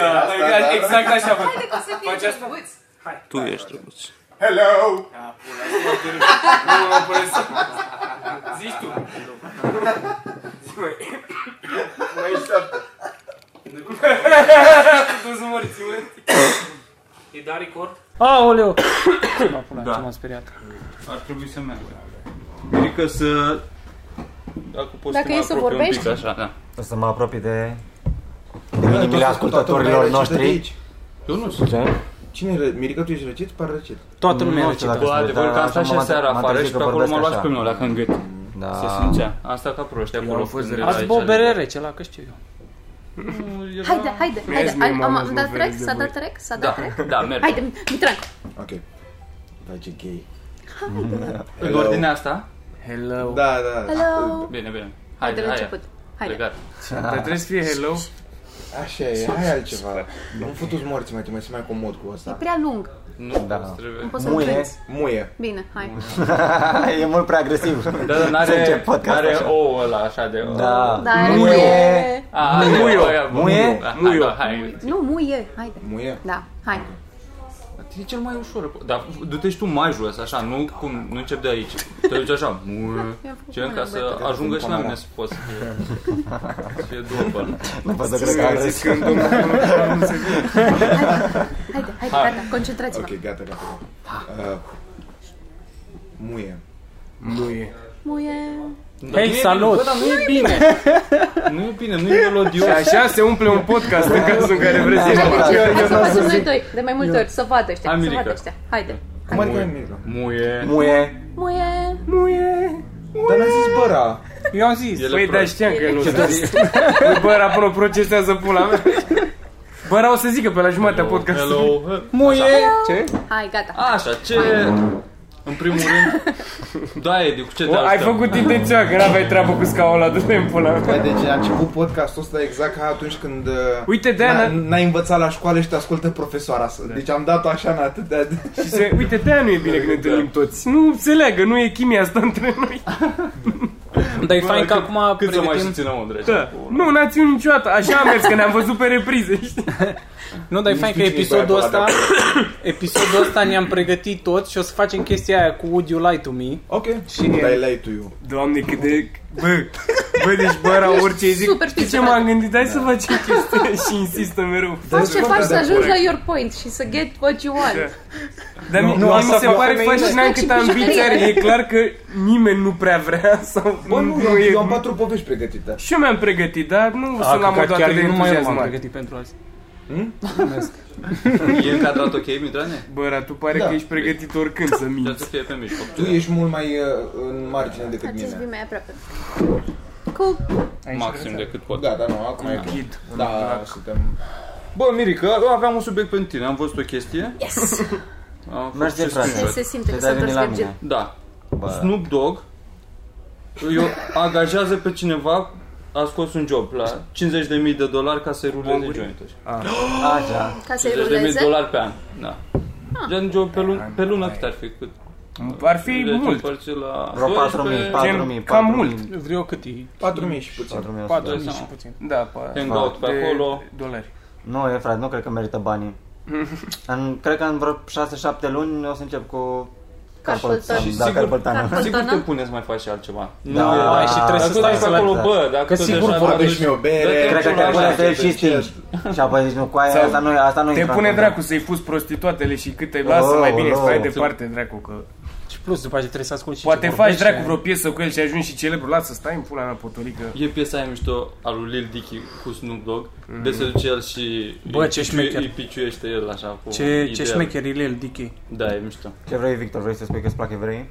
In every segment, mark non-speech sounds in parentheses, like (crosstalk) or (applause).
Da, da, exact așa Haide văd. că o să fie Faci asta? drăguț. Tu ești drăguț. Hello! Nu mă opresc. Zici tu. Mai așteaptă. Tu să mori, ți E da record? Aoleu! Ce m-a pula, Da. ce m-am speriat. Ar trebui să merg. Adică să... Dacă poți Dacă să mă e să apropii un pic, vorbești? așa, da. O să mă apropii de inimile ascultătorilor noștri. Eu nu sunt. Cine e Mirica, tu ești răcit? Pare răcit. Toată lumea Nu e știu recită. dacă Bă, știu, adevărul dar că am stat așa și m-am- seara m-am afară trezit și că pe acolo vorbesc m-a luat așa. pe meu la în gât. Da. Se simțea. Am stat ca proști acolo. când era Ați aici, bă o bere adică- rece la că știu eu. Nu, era- Haide, haide, haide. Am, am, am dat rec? S-a dat rec? S-a dat rec? Da, da, merg. Haide, Mitran. Ok. Da, ce gay. În ordinea asta? Hello. Da, da. Hello. Bine, bine. De Haide, la haide. început. Haide. Plecat. Dar trebuie să fie hello. Așa e, hai altceva. Nu futu-ți morții, mă, te mai sunt mai comod cu E asta. prea lung. Nu, da. Da. trebuie. Nu poți să Muie. întrezi. Muie. Bine, hai. e mult prea agresiv. Da, (laughs) dar Să n-are, încep podcast n-are așa. ouă ăla, așa de... Da. Da, e Muie. muie. A, Muio. muio. aia, bă, Muie? muio. Da, Muio. da, hai. Nu, muie. Haide. Muie. Da, hai. Dar E cel mai ușor. bă. Dar du-te și tu mai jos, așa, nu, cum, nu încep de aici. Te duci (laughs) așa, muie. Mi-am făcut Ce ca mâna, băi. să ajungă și la mine să poți să fie. Să fie după. (laughs) Nu pot să cred că am (laughs) râs. Haide, haide, gata, concentrați-vă. Ok, gata, gata. gata. Uh, Muie. Muie. Dar nu e salut! bine, Bă, dar nu e bine. Nu e bine, nu e melodios. Așa se umple un podcast în cazul în care vrei să Haide, Eu- hai să facem noi doi, de mai multe ori, să vadă ăștia, să America. vadă ăștia. Haide. Cum adică ai Mirica? Muie. Muie. Muie. Dar n-a zis băra. Eu am zis. Ele Păi, prost. dar știam că nu sunt. Bă, era până procesează pula mea. Bă, era o să zică pe la jumătatea podcastului. Hello. Muie! Ce? Hai, gata. Așa, ce... În primul rând... Da, Edi, cu ce te O, ai ajutăm? făcut intenția că n-aveai treabă cu scaunul ăla, du-te în pula mea. Băi, deci a început podcastul ăsta exact ca atunci când uh, Uite, de-aia n-a- n-a- n-ai învățat la școală și te ascultă profesoara asta. Deci am dat-o așa în atâtea de... Și se, uite, de nu e bine că ne întâlnim toți. Nu se leagă, nu e chimia asta între noi. Dar e fain că cât- acum Cât să mai și pregătim... ținem o drăgea? Da. Nu, n-a ținut niciodată. Așa am mers, că ne-am văzut pe reprize, știi? Nu, dar e fain că știu cine e episodul băiatul ăsta... ăla (coughs) Episodul ăsta ne-am pregătit toți și o să facem chestia aia cu Would You Lie To Me. Ok. Și dai lei tu eu. Doamne, cât de... Bă, bă, deci bă, era orice zic. super Știi ce pizdat. m-am gândit? Hai să facem chestia și insistă mereu. Faci ce Deci, faci bă, să da, ajungi corect. la your point și să get what you want. Dar nu, nu, mie asta mi se vreau. pare Femeile- fascinant cât Faci și ambiția are. bijuterie. E clar că nimeni nu prea vrea (laughs) sau... Bă, nu, eu, eu am patru povești pregătite. Și eu mi-am pregătit, dar nu A, sunt la că modul chiar atât de eu nu mai eu m-am entuziasmat. pregătit pentru azi. E încadrat ok, Mitrane? Bă, dar tu pare Da. că ești pregătit oricând să Trebuie minți. să fie pe mijloc. Tu ești mult mai uh, în margine decât Ați mine. zis mai aproape. Cool. Maxim decât pot. Gata, Da, nu, acum e ok. Ghid. Da, suntem... Bă, Mirica, eu aveam un subiect pentru tine. Am văzut o chestie. Yes. (laughs) Am Mergi de făcut și frate. Se, screenshot. se simte că Te dai s-a venit la transfergit. mine. Da. Bă, Snoop Dogg eu angajează pe cineva a scos un job la 50.000 de dolari ca să-i ruleze jointuri. așa. Ca să-i 50.000 de ruleze. Ah. dolari pe an. Da. Gen job pe, lun- pe lună cât ar fi? Cât? Ar fi Deci mult. împărți la... Vreo 4.000, 4.000, 4.000. Gen, cam mult. Vreo cât e? 4.000 și puțin. 4.000. Dai 4 și seama. puțin. Da, pa, Hangout pe de acolo. dolari. Nu, e frate, nu cred că merită banii. în, cred că în vreo 6-7 luni o să încep cu Carpal carpal tunnel. tunnel. Da, carpal tunnel. Sigur te Carpal pune să mai faci și altceva. Da, e- mai și trebuie Dacă să stai tu să acolo, le- bă, dacă Că tot sigur așa vor aduci- Deci mi-o bere. Dă-te Cred că acolo, te așa, pune pe el te și stingi. Și apoi zici, nu, cu aia Sau asta nu, asta nu Te intră pune în dracu să-i fuzi prostituatele și cât te lasă, mai bine îți Aoleu. fai departe, dracu, că... Și plus, după aceea trebuie să asculti și Poate ce faci vorbește. dracu vreo piesă cu el și ajungi și celebru. Lasă, stai în pula mea, potolică. E piesa aia mișto a lui Lil Dicky cu Snoop Dogg Mhm. De se duce el și Bă, îi ce piciu- șmecher. Îi piciuiește el așa cu Ce, ce ideea. șmecher e el, Dicky. Da, e mișto Ce vrei, Victor? Vrei să spui că îți plac evrei?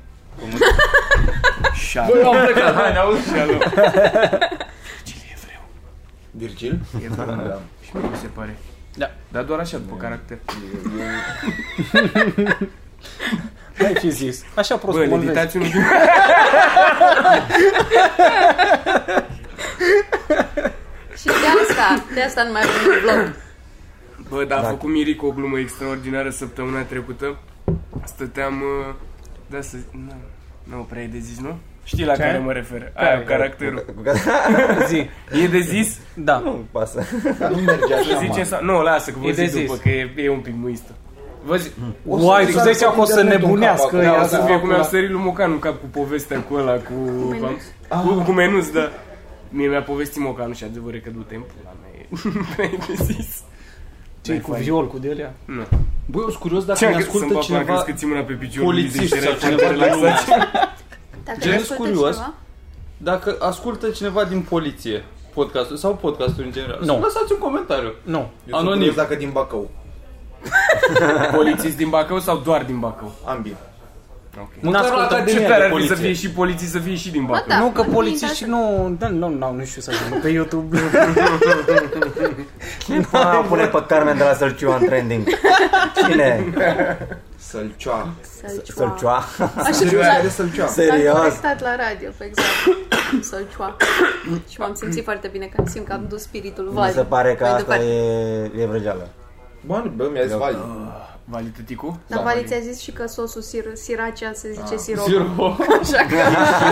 Șa. Bă, am plecat, hai, ne auzi și alu. Virgil? Da. Și mie mi se pare. Da. Dar doar așa, după caracter. Ai fi zis. Așa prost Bă, cum le îl vezi. ditați unul din... Și de asta Da, de asta nu mai avem un vlog. Bă, dar a făcut Mirico o glumă extraordinară săptămâna trecută. Stăteam... uh, Da, să... Nu, nu prea e de zis, nu? Știi la Ce? care mă refer. Aia, Care? caracterul. Cu care- Zi. E de zis? Da. Nu-mi pasă. Dar nu merge așa, Să zicem sau... Nu, lasă, că vă E de zic zis. după, că e, e un pic muistă. Vă zic... Uai, tu dai seama că o să internetul în nebunească cap acum. Da, ea o să acum. fie cum mi-a sărit lui Mocanu în cap cu povestea cu ăla, cu... menus. Cu, cu menus, da. Mie mi-a povestit Mocanu și adevăr e că du-te în pula mea. e- (laughs) e de zis. Ce cu viol, cu de alea? Nu. Băi, eu sunt curios dacă Ce ne am crezut ascultă să-mi fac, am cineva crezut că ții mâna pe picior. polițist sau cineva de relaxat. la Dacă Gen, ne sunt ascultă curios. cineva, Dacă ascultă cineva din poliție podcastul sau podcastul în general, Nu. lăsați un comentariu. Nu. Eu sunt Anonim. curios dacă din Bacău. Polițist din Bacău sau doar din Bacău? Ambii. Ok. Măcar la N-ascultăm. Academia Ce tare de ar fi să poliție. fie și polițist, să fie și din Bacău. da. Nu, că mă polițiștii gândeam nu... Da, nu, nu, nu știu să zic. Pe YouTube. (laughs) Mă pune pe Carmen de la Sălciua în trending. Cine? Sălcioa. Sălcioa. Sălciua? Așa cum Sălcioa l-a- de Sălcioa. l-am Serios? corectat la radio, pe exact. (coughs) Sălcioa. Și m-am simțit foarte bine, că simt că am dus spiritul Mi vali. se pare că mai asta departe. e, e vrăjeală. Bă, nu, bă, mi-a zis Vali. Vali Tăticu? Dar Vali ți-a zis și că sosul sir- siracea se zice Ah. siroc. Zero. (laughs) Așa că...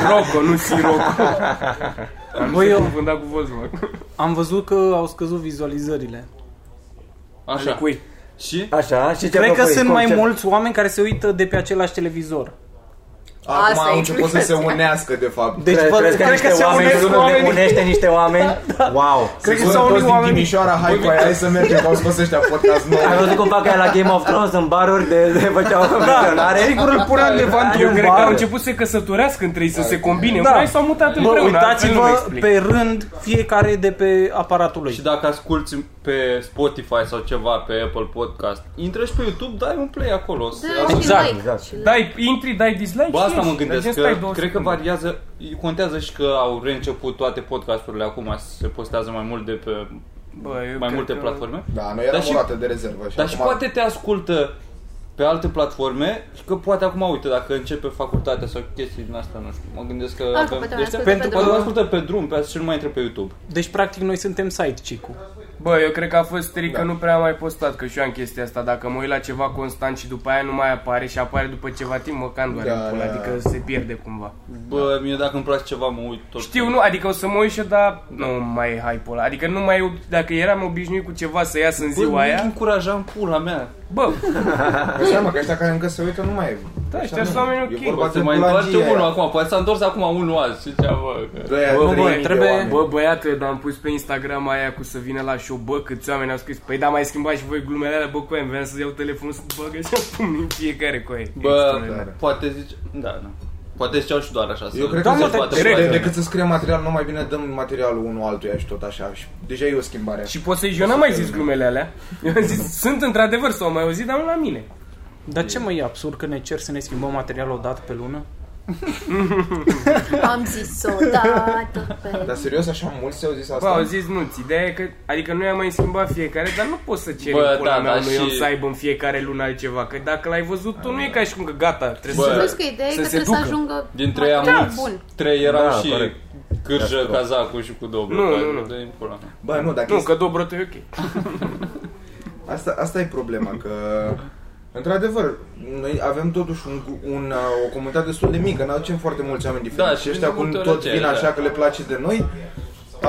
Rocco, nu Sirocco. Am Băi, Băi, eu- eu... confundat cu Volkswagen. Am văzut că au scăzut vizualizările. Așa. Așa. Cui? Și? Așa, și ce Cred că propui? sunt Cum, mai ce- mulți oameni care se uită de pe același televizor. Acum Asta e au început să se explicația. unească, de fapt. Deci, Cre- vă- crezi că cred niște că se oameni, (laughs) unesc oamenii. unește niște oameni? Wow! Cred că Bă, s-au toți unit din oamenii. Timișoara, hai cu aia, hai să mergem, că au scos ăștia podcast nou. Ai văzut cum fac aia la Game of Thrones în baruri de, de făceau menționare? Sigur îl puneam de vantul Eu în cred că au bar. început să se căsătorească între ei, să se combine. Da. Da. Mai s-au mutat Bă, împreună. altfel nu-mi uitați-vă explic. pe rând fiecare de pe aparatul lui. Și dacă asculti pe Spotify sau ceva, pe Apple Podcast, intră și pe YouTube, dai un play acolo. să Da, asculti. și Exact, like. exact. Și like. Dai, intri, dai dislike Bă, asta și mă ieși. gândesc Dar gen, stai că două cred că secunde. variază, contează și că au reînceput toate podcasturile acum, se postează mai mult de pe Bă, eu mai cred multe că- platforme. Da, noi eram Dar și- o rată de rezervă. Dar și poate te ascultă pe alte platforme și că poate acum, uite, dacă începe facultatea sau chestii din asta, nu știu, mă gândesc că Oricum, poate de mai ăștia- ascultă pentru pe Poate mă drum. ascultă pe drum, pe asta și nu mai intră pe YouTube. Deci, practic, noi suntem sidechick-ul. Bă, eu cred că a fost strict da. că nu prea am mai postat, că și eu am chestia asta. Dacă mă uit la ceva constant și după aia nu mai apare și apare după ceva timp, mă can doare Da, în pula, da. adică se pierde cumva. Da. Bă, mie dacă îmi place ceva, mă uit tot. Știu, nu, adică o să mă uit și eu, dar nu mai e hype-ul ăla. Adică nu mai, dacă eram obișnuit cu ceva să iasă în Bă, nu ziua aia, încurajam pula mea. bă, Că seama că ăștia care încă se uită nu mai e. Da, ăștia Așa sunt nu. oameni E ok. vorba Bă, se de mai întoarce bulangie unul aia. acum, poate s-a întors acum unul azi, zicea, bă, că... Doi, Bă, trei bă, mii de trebuie- oameni. Bă, băiatule, dar am pus pe Instagram aia cu să vină la show, bă, câți oameni au scris. Păi da, mai schimbați și voi glumele alea, bă, cu aia, îmi venea să iau telefonul să băgă și am pumn în fiecare cu aia. Bă, Extraordinar. poate zice... Da, da. Poate ziceau și doar așa. să- Eu cred să că se se poată de- face. decât să scrie material, nu mai bine dăm materialul unul altuia și tot așa. Și deja e o schimbare. Și poți să-i, eu n-am mai zis glumele alea. Eu am zis, sunt într-adevăr, s-au mai auzit, dar nu la mine. Dar ce mă e absurd că ne cer să ne schimbăm materialul o dată pe lună? Am zis o dată pe... Dar serios, așa mulți au zis Bă, asta? au zis nuți. Ideea e că, adică noi am mai schimbat fiecare, dar nu poți să ceri Bă, Bă, pula da, mea da, unui și- om să aibă în fiecare lună altceva. Că dacă l-ai văzut tu, nu e ca și cum că gata, trebuie Bă, să... Plus că ideea e să că se trebuie ducă. să ajungă Dintre Da, ei material am mulți. bun. Trei erau Da, și corect. cârjă, Gastro. cazacul și cu doblă. Nu, Păi, nu, nu. dă-i în pula mea. Bă, nu, dacă Nu, este- că Dobrot e ok. Asta, asta e problema, că... Într-adevăr, noi avem totuși un, un, uh, o comunitate destul de mică, ne aducem foarte mulți oameni diferiți Da, da, și și ăștia de cum multe ori tot aceea, vin da. așa că le place de noi,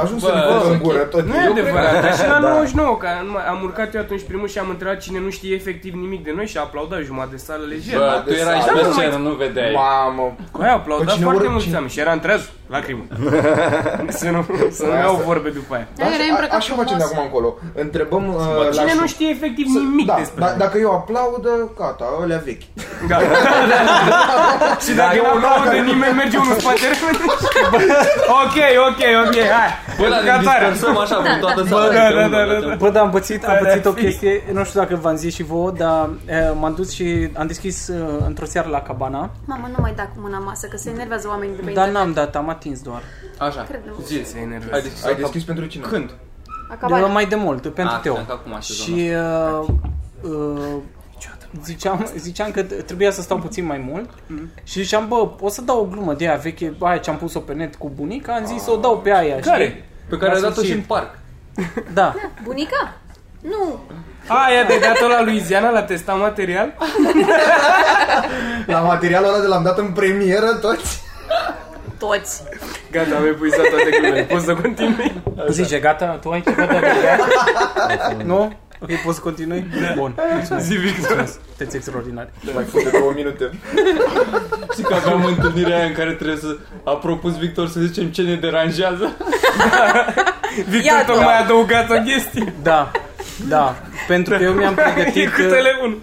ajung să Bă, ne băgă în ok. gură tot. Nu e adevărat, dar și la 99, că am- am urcat eu atunci primul și am întrebat cine nu știe efectiv nimic de noi și a aplaudat jumătate de sală lejer. Bă, deci tu de erai și sală. pe Nu scenă, nu vedeai. Mamă, Cu aia aplaudat Păi cine foarte ură- mulți cine- oameni și era întreaz, lacrimă. să nu, să nu Asta. iau vorbe după aia. Da, erai așa, îmbrăcat așa facem de frumos. acum încolo. Întrebăm... Uh, la Cine șu- nu știe efectiv nimic da, despre da, noi? dacă eu aplaudă, gata, ălea vechi. Gata. Și dacă eu nu aud de nimeni, merge unul în spate repede. (laughs) Ok, ok, ok, hai. Bă, da, dar ne Ca tare. dispersăm așa cu toată țara. da, împreună, da, da, da. arătăm. Bă, da, am pățit, am Are pățit o fi. chestie, nu știu dacă v-am zis și vouă, dar uh, m-am dus și am deschis uh, într-o seară la cabana, Mamă, nu mai da cu mâna în masă, că se enervează oamenii de pe dar internet. n-am dat, am atins doar. Așa, Cred-mă. zi, Se enervează. ai deschis, Ai deschis pentru cine? Când? De, Acabat. mai de mult, pentru Ah, Teo. cred că acum sezonul Și uh, uh, ziceam, ziceam că trebuia să stau puțin mai mult și ziceam, bă, o să dau o glumă de aia veche, aia ce am pus-o pe net cu bunica, am zis să o dau pe aia, știi? Care? Pe care La ai dat-o și sfârșit. în parc. Da. Bunica? Nu. Aia de dat-o la Louisiana, la testa material? La materialul ăla de l-am dat în premieră toți. Toți. Gata, am epuizat toate glumele. Poți să continui? Zice, gata, tu ai ceva de adăugat? Nu? Ok, poți să continui? Da. Bun. Zi, Victor. Sunteți extraordinari. Mai fut de două minute. Știi că aveam întâlnirea aia în care trebuie să... A propus Victor să zicem ce ne deranjează. Victor Iată. tocmai a adăugat o chestie. Da, da. Pentru că eu (laughs) mi-am E pregătit... uh, Mm. cu telefonul.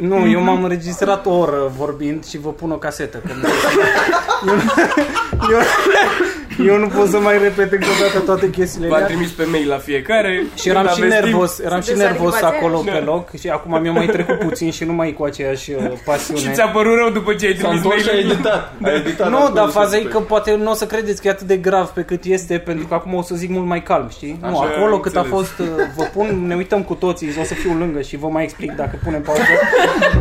Nu, eu m-am înregistrat o oră vorbind și vă pun o casetă. Că nu- eu, eu, eu nu pot să mai repet încă o dată toate chestiile V-a alea. trimis pe mail la fiecare. Și eram Când și aveți timp- nervos, eram și Sunteți nervos alibați, acolo da. pe loc și acum mi-a mai trecut puțin și nu mai e cu aceeași uh, Și pasiune. ți-a părut rău după ce ai S-a trimis întors și a mail editat. A editat Nu, acolo dar să faza e spui. că poate nu o să credeți că e atât de grav pe cât este, pentru că acum o să zic mult mai calm, știi? nu, Așa, acolo cât a înțeles. fost, uh, vă pun, ne uităm cu toții, o să fiu lângă și vă mai explic dacă punem (laughs) pauză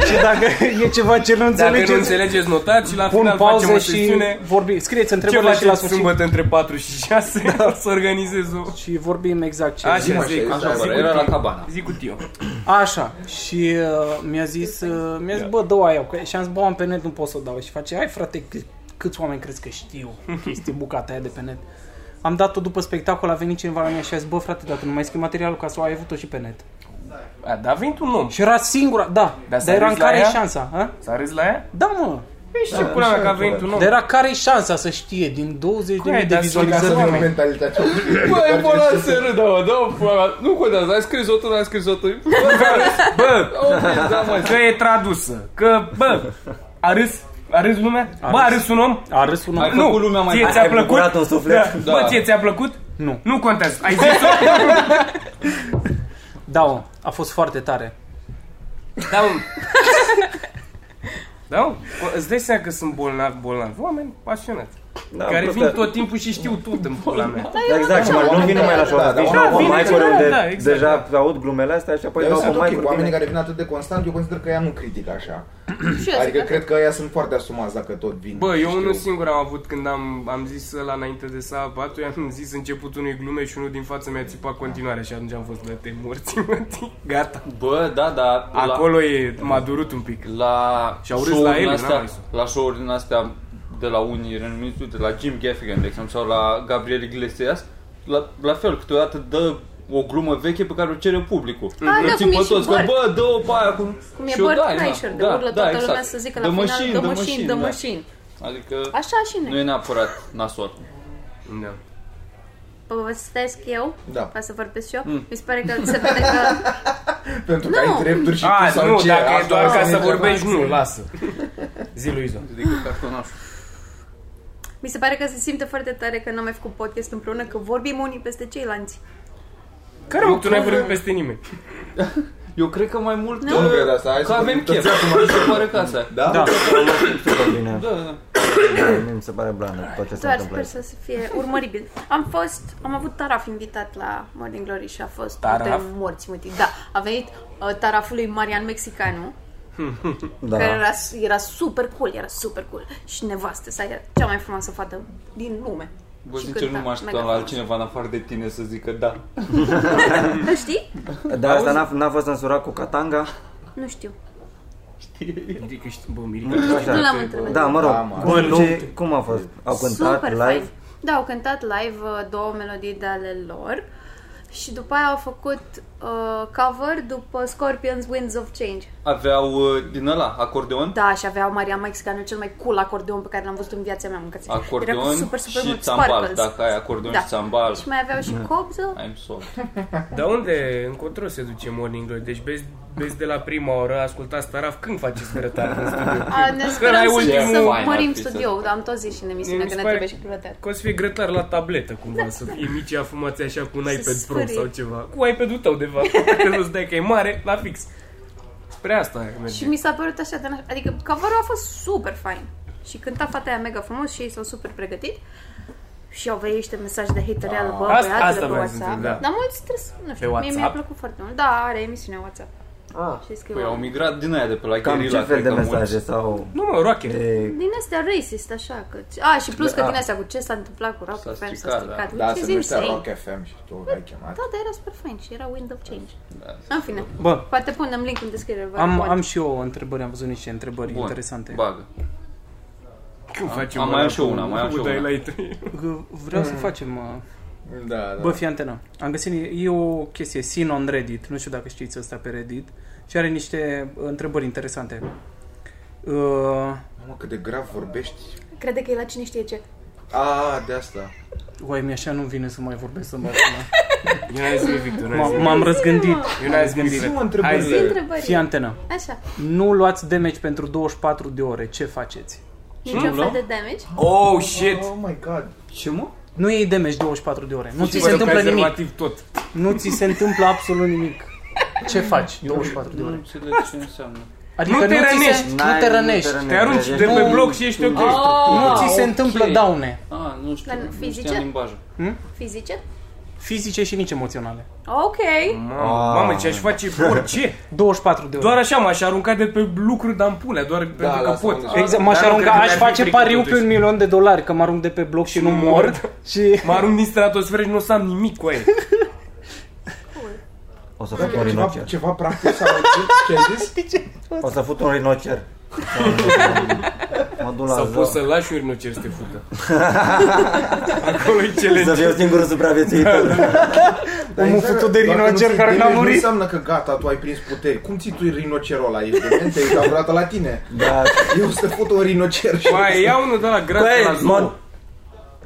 și dacă e ceva ce nu Dacă nu înțelegeți. înțelegeți notați, la Pun final facem o pauză și sesiune. vorbim. Scrieți Ce întrebările și la faceți sfârșit. sâmbătă între 4 și 6? (laughs) Să organizez o... Și vorbim exact ce Așa, așa, zic, așa, zic bă, cu era la tine. cabana. Zic cu tio. Așa, și uh, mi-a zis, uh, mi-a zis, bă, dă aia, că- și am zis, bă, am pe net, nu pot să o dau. Și face, ai frate, câ- câți oameni crezi că știu chestii bucata aia de pe net? Am dat-o după spectacol, a venit cineva la mine și a zis, bă, frate, dacă nu mai scrii materialul ca să o ai avut-o și pe net. A, da, a venit un om. Și era singura, da, Dar dar, s-a era râs în la care e ea? șansa, a? S-a râs la ea? Da, mă, Păi ce pula mea că a venit un om. dar era care e șansa să știe din 20.000 Cum ai de dat vizualizări să de vină oameni. Mentalitatea. Băi, bă, la se râdă, mă, da, bă, la- nu contează, ai scris-o tu, n-ai scris-o tu. Bă, Ok, da, mă, că e tradusă. Că, bă, a râs? A râs lumea? Bă, a râs un om? A râs un om. Ai făcut lumea mai Ție bună. ți-a Ai plăcut? bucurat în suflet? Da. Bă, ție ți-a plăcut? Nu. Nu contează. Ai zis-o? Da, mă, a fost foarte tare. Da, mă. Da, mă. Îți dai seama că sunt bolnavi, bolnavi. Oameni pasionați. Da, care plus vin că- tot timpul și știu tot în pula mea. Exact, și mai nu vin numai la show. Da, Da, da, da, da, vine mai cineva, unde da, exact, deja aud glumele astea Păi, și apoi Eu dau sunt cu mai ok cu oamenii care vin atât de constant, eu consider că ea nu critică așa. Și eu Adică zic, cred că ea sunt foarte asumați dacă tot vin. Bă, eu Știu. unul singur am avut când am, am zis la înainte de sa patul, i-am zis începutul unei glume și unul din față mi-a țipat continuarea și atunci am fost de te morți, (laughs) mă, tii. Gata. Bă, da, da, la- Acolo e, m-a durut un pic. la Și au râs show-uri la el, din n-am astea, râs. la show-uri din astea de la unii renumiți, uite, la Jim Gaffigan, de exemplu, sau la Gabriel Iglesias, la, la fel, câteodată dă o glumă veche pe care o cere publicul. da, Îl țin cum pe e și toți, că Burt. bă, dă-o pe aia cum... Cum e și o Burt dai, Kreischer, de da, urlă da, toată exact. lumea să zică la Dă final, mășini, dă dă mășini, dă da. mășini. Adică Așa și nu e noi. neapărat nasol. Da. Povestesc eu, Da. ca să vorbesc și eu, Mm. mi se pare că se vede că... (laughs) Pentru că ai Nu. drepturi și A, tu sau Ah, nu, ce? dacă e Asta doar asta ca ne să întrebam. vorbești, nu, lasă. Zi, Luiza. Adică cartonașul. Mi se pare că se simte foarte tare că n-am mai făcut podcast împreună, că vorbim unii peste ceilalți. Care mă, tu n-ai vorbit peste nimeni. Eu cred că mai mult Nu? Nu cred asta, hai că să avem vorbim chef, (laughs) mi se pare că asta. Da? Da. Super bine. Da, da. Mie Mi se pare blană tot ce se Doar întâmplă. sper aici. să se fie urmăribil. Am fost, am avut Taraf invitat la Morning Glory și a fost Taraf? multe morți mâtii. Da, a venit uh, Taraful lui Marian Mexicanu, Da. care era, era super cool, era super cool. Și nevastă sa era cea mai frumoasă fată din lume. Bă, Și sincer, cânta nu mă mega așteptam la frumos. altcineva în afară de tine să zică da. Da, știi? Dar asta n-a, n-a fost însurat cu Katanga? Nu știu. Adică știi, bă, Mirica. Așa. Nu l-am întrebat. Da, mă Da, rog. mă. Bă, nu. Cum a fost? Au cântat Super live? fain. Da, au cântat live uh, două melodii de ale lor și după aia au făcut uh, cover după Scorpions Winds of Change. Aveau uh, din ăla, acordeon? Da, și aveau Maria Mexicanu cel mai cool acordeon pe care l-am văzut în viața mea, mâncați. Era cu Acordeon super, super și mult țambal. sparkles. Dacă ai acordeon Da. și țambal, Și mai aveau și Mm. cobză. I'm sorry. Dar unde, încotro se duce Morning Glory? Deci vezi, vezi de la prima oră, ascultați Taraf, când faceți grătar în studio? A, ne ai sperăm să, ultimul- să Fain ar mărim fi să- studioul, dar am tot zis și în emisiune Mi că se ne pare- trebuie și bibliotecă. Că o să fie grătar la tabletă cumva, să fie mici afumați așa cu un Să iPad Pro sfârie. sau ceva. Cu iPad-ul tău, de (laughs) fapt, că nu-ți dai că e mare, la fix. Spre asta Și merge. mi s-a părut așa de naș- Adică cover a fost super fain. Și cânta fata aia mega frumos și ei s-au super pregătit. Și au venit niște mesaje de hater real, bă, Asta- băiatele asta pe vreau să WhatsApp. întreb, da. Dar mulți stres, nu știu, mie mi-a WhatsApp? plăcut foarte mult. Da, are emisiunea WhatsApp. Ah. și Păi au scriu. migrat din aia de pe la Cam Guerilla, ce fel de cred că mesaje mulți. sau... Nu, mă, rocker. De... Din astea racist, așa că... A, și plus că Da. din astea cu ce s-a întâmplat cu S-a Rock FM, s-a stricat, stricat. Da, Which se is numește insane. Rock FM și tu l-ai chemat. Da, dar era super fain și era Wind of Change. Da. În fine, Bă, poate punem link în descriere. vă am, recomand. am și eu o întrebări, am văzut niște întrebări Bun, interesante. Bagă. Cum facem am ăla mai am și eu cu- una, mai am cu și eu una. (laughs) highlight-uri? G- Vreau să facem... uh, Da, da. Bă, fii antena. Am găsit, e o chestie, Sin on Reddit, nu știu dacă știți asta pe Reddit, și are niște uh, întrebări interesante. Uh, Mamă, cât de grav vorbești. Crede că e la cine știe ce. A, de asta. uai, mi așa nu vine să mai vorbesc în barcelona. Eu n-am zis nimic, Victor, n-am M- zis M-am răzgândit. nimic. Eu n-am zis nimic. Zi-mă Hai Zi să... întrebările. întrebări. Fii antena. Așa. Nu luați damage pentru 24 de ore. Ce faceți? Niciun nu? fel de damage. Oh, shit! Oh my god. Ce, mă? Nu iei damage 24 de ore. Nu ți Fără se întâmplă nimic. prezervativ tot. Nu ți se întâmplă absolut nimic. Ce faci 24 de Nu ore? înțeleg ce înseamnă. Adică Nu te ți se- rănești. Nu te rănești. Te arunci de pe Nu. bloc și ești ok. Nu ți se ok. întâmplă daune. A, Ah, nu știu, Dar nu fizice? știam limbajul. Fizice? Fizice și nici emoționale. Ok. Mm. Mamă, mamă, ce aș face orice. 24 de ore. Doar așa m-aș arunca de pe lucruri de pulea, doar pentru că lasă-mă pot. de- Exact, m-aș Dar nu arunca, cred că aș mi-ar fi face frică, pariu pe totuși. un milion de dolari, că mă arunc de pe bloc și nu nu mor. Și... Mă arunc din stratosferă și nu o să am nimic cu aia. O să fut un Ceva, rinocer. ceva practic sau ce ai zis? Păi, O să fut un rinocer. mă duc la Sau zoo. poți să lași un rinocer să te fută. (laughs) Acolo e cele... Să fiu singurul (laughs) supraviețuitor. Dar Omul exact, futut de dacă rinocer nu-ți care dai n-a damage, murit. Nu înseamnă că gata, tu ai prins puteri. Cum ții tu rinocerul ăla? Ești de te-ai uitat vreodată la tine. Da. Eu să fut un rinocer și... Mai ia unul de la gras la Băi, zoo. mă...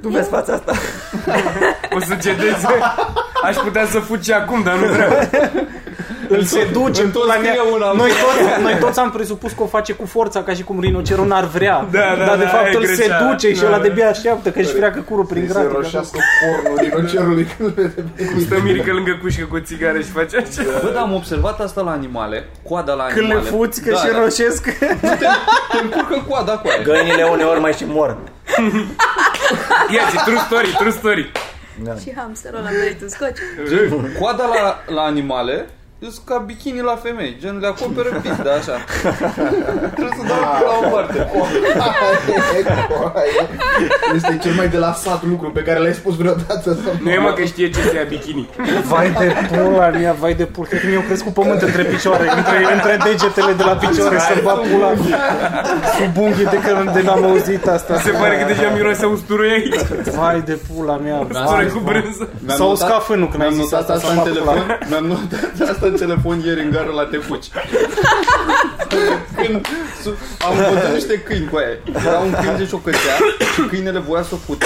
Tu vezi fața asta? O să cedezi. Aș putea să fug și acum, dar nu vreau. Îl seducem tot la scrie mea. una. Noi toți, noi toți am presupus că o face cu forța, ca și cum rinocerul n-ar vrea. (laughs) Da, da, dar de da, fapt e îl greșeala. seduce și Da, Păi ăla da. de-abia așteaptă că își freacă curul prin da. Să gratic. roșească pornul rinocerului când le Stă mirică lângă cușcă cu o țigară și face așa. Bă, dar am observat asta la animale, coada la Când animale. le fuți, că da, și da. roșesc. Te încurcă coada cu aia. Găinile uneori mai și mor. Ia zi, true story, true story. Și hamsterul ăla merit un scoci. Coada la, la animale sunt ca bikini la femei, gen le acoperă pis, da, așa. Trebuie să dau cu la o parte. (laughs) Este cel mai de la sat lucru pe care l-ai spus vreodată. Nu e mă că știe ce se ia bikini. Vai de pula mea, vai de pula. Cred că mi-au crescut pământ între picioare, între, între degetele de la picioare, să va pula. Sub unghii de când de n-am auzit asta. Se pare că deja miroase usturoi aici. Vai de pula mea, Usturoi vai. cu brânză. Mi-am S-a notat- uscat fânul când ai Mi-am zis notat asta, asta s-a în facut telefon, mi-am notat asta în telefon ieri în gară la Tecuci. Când su- am văzut niște câini cu aia. Era un câine și o cățea și câinele voia să o pută.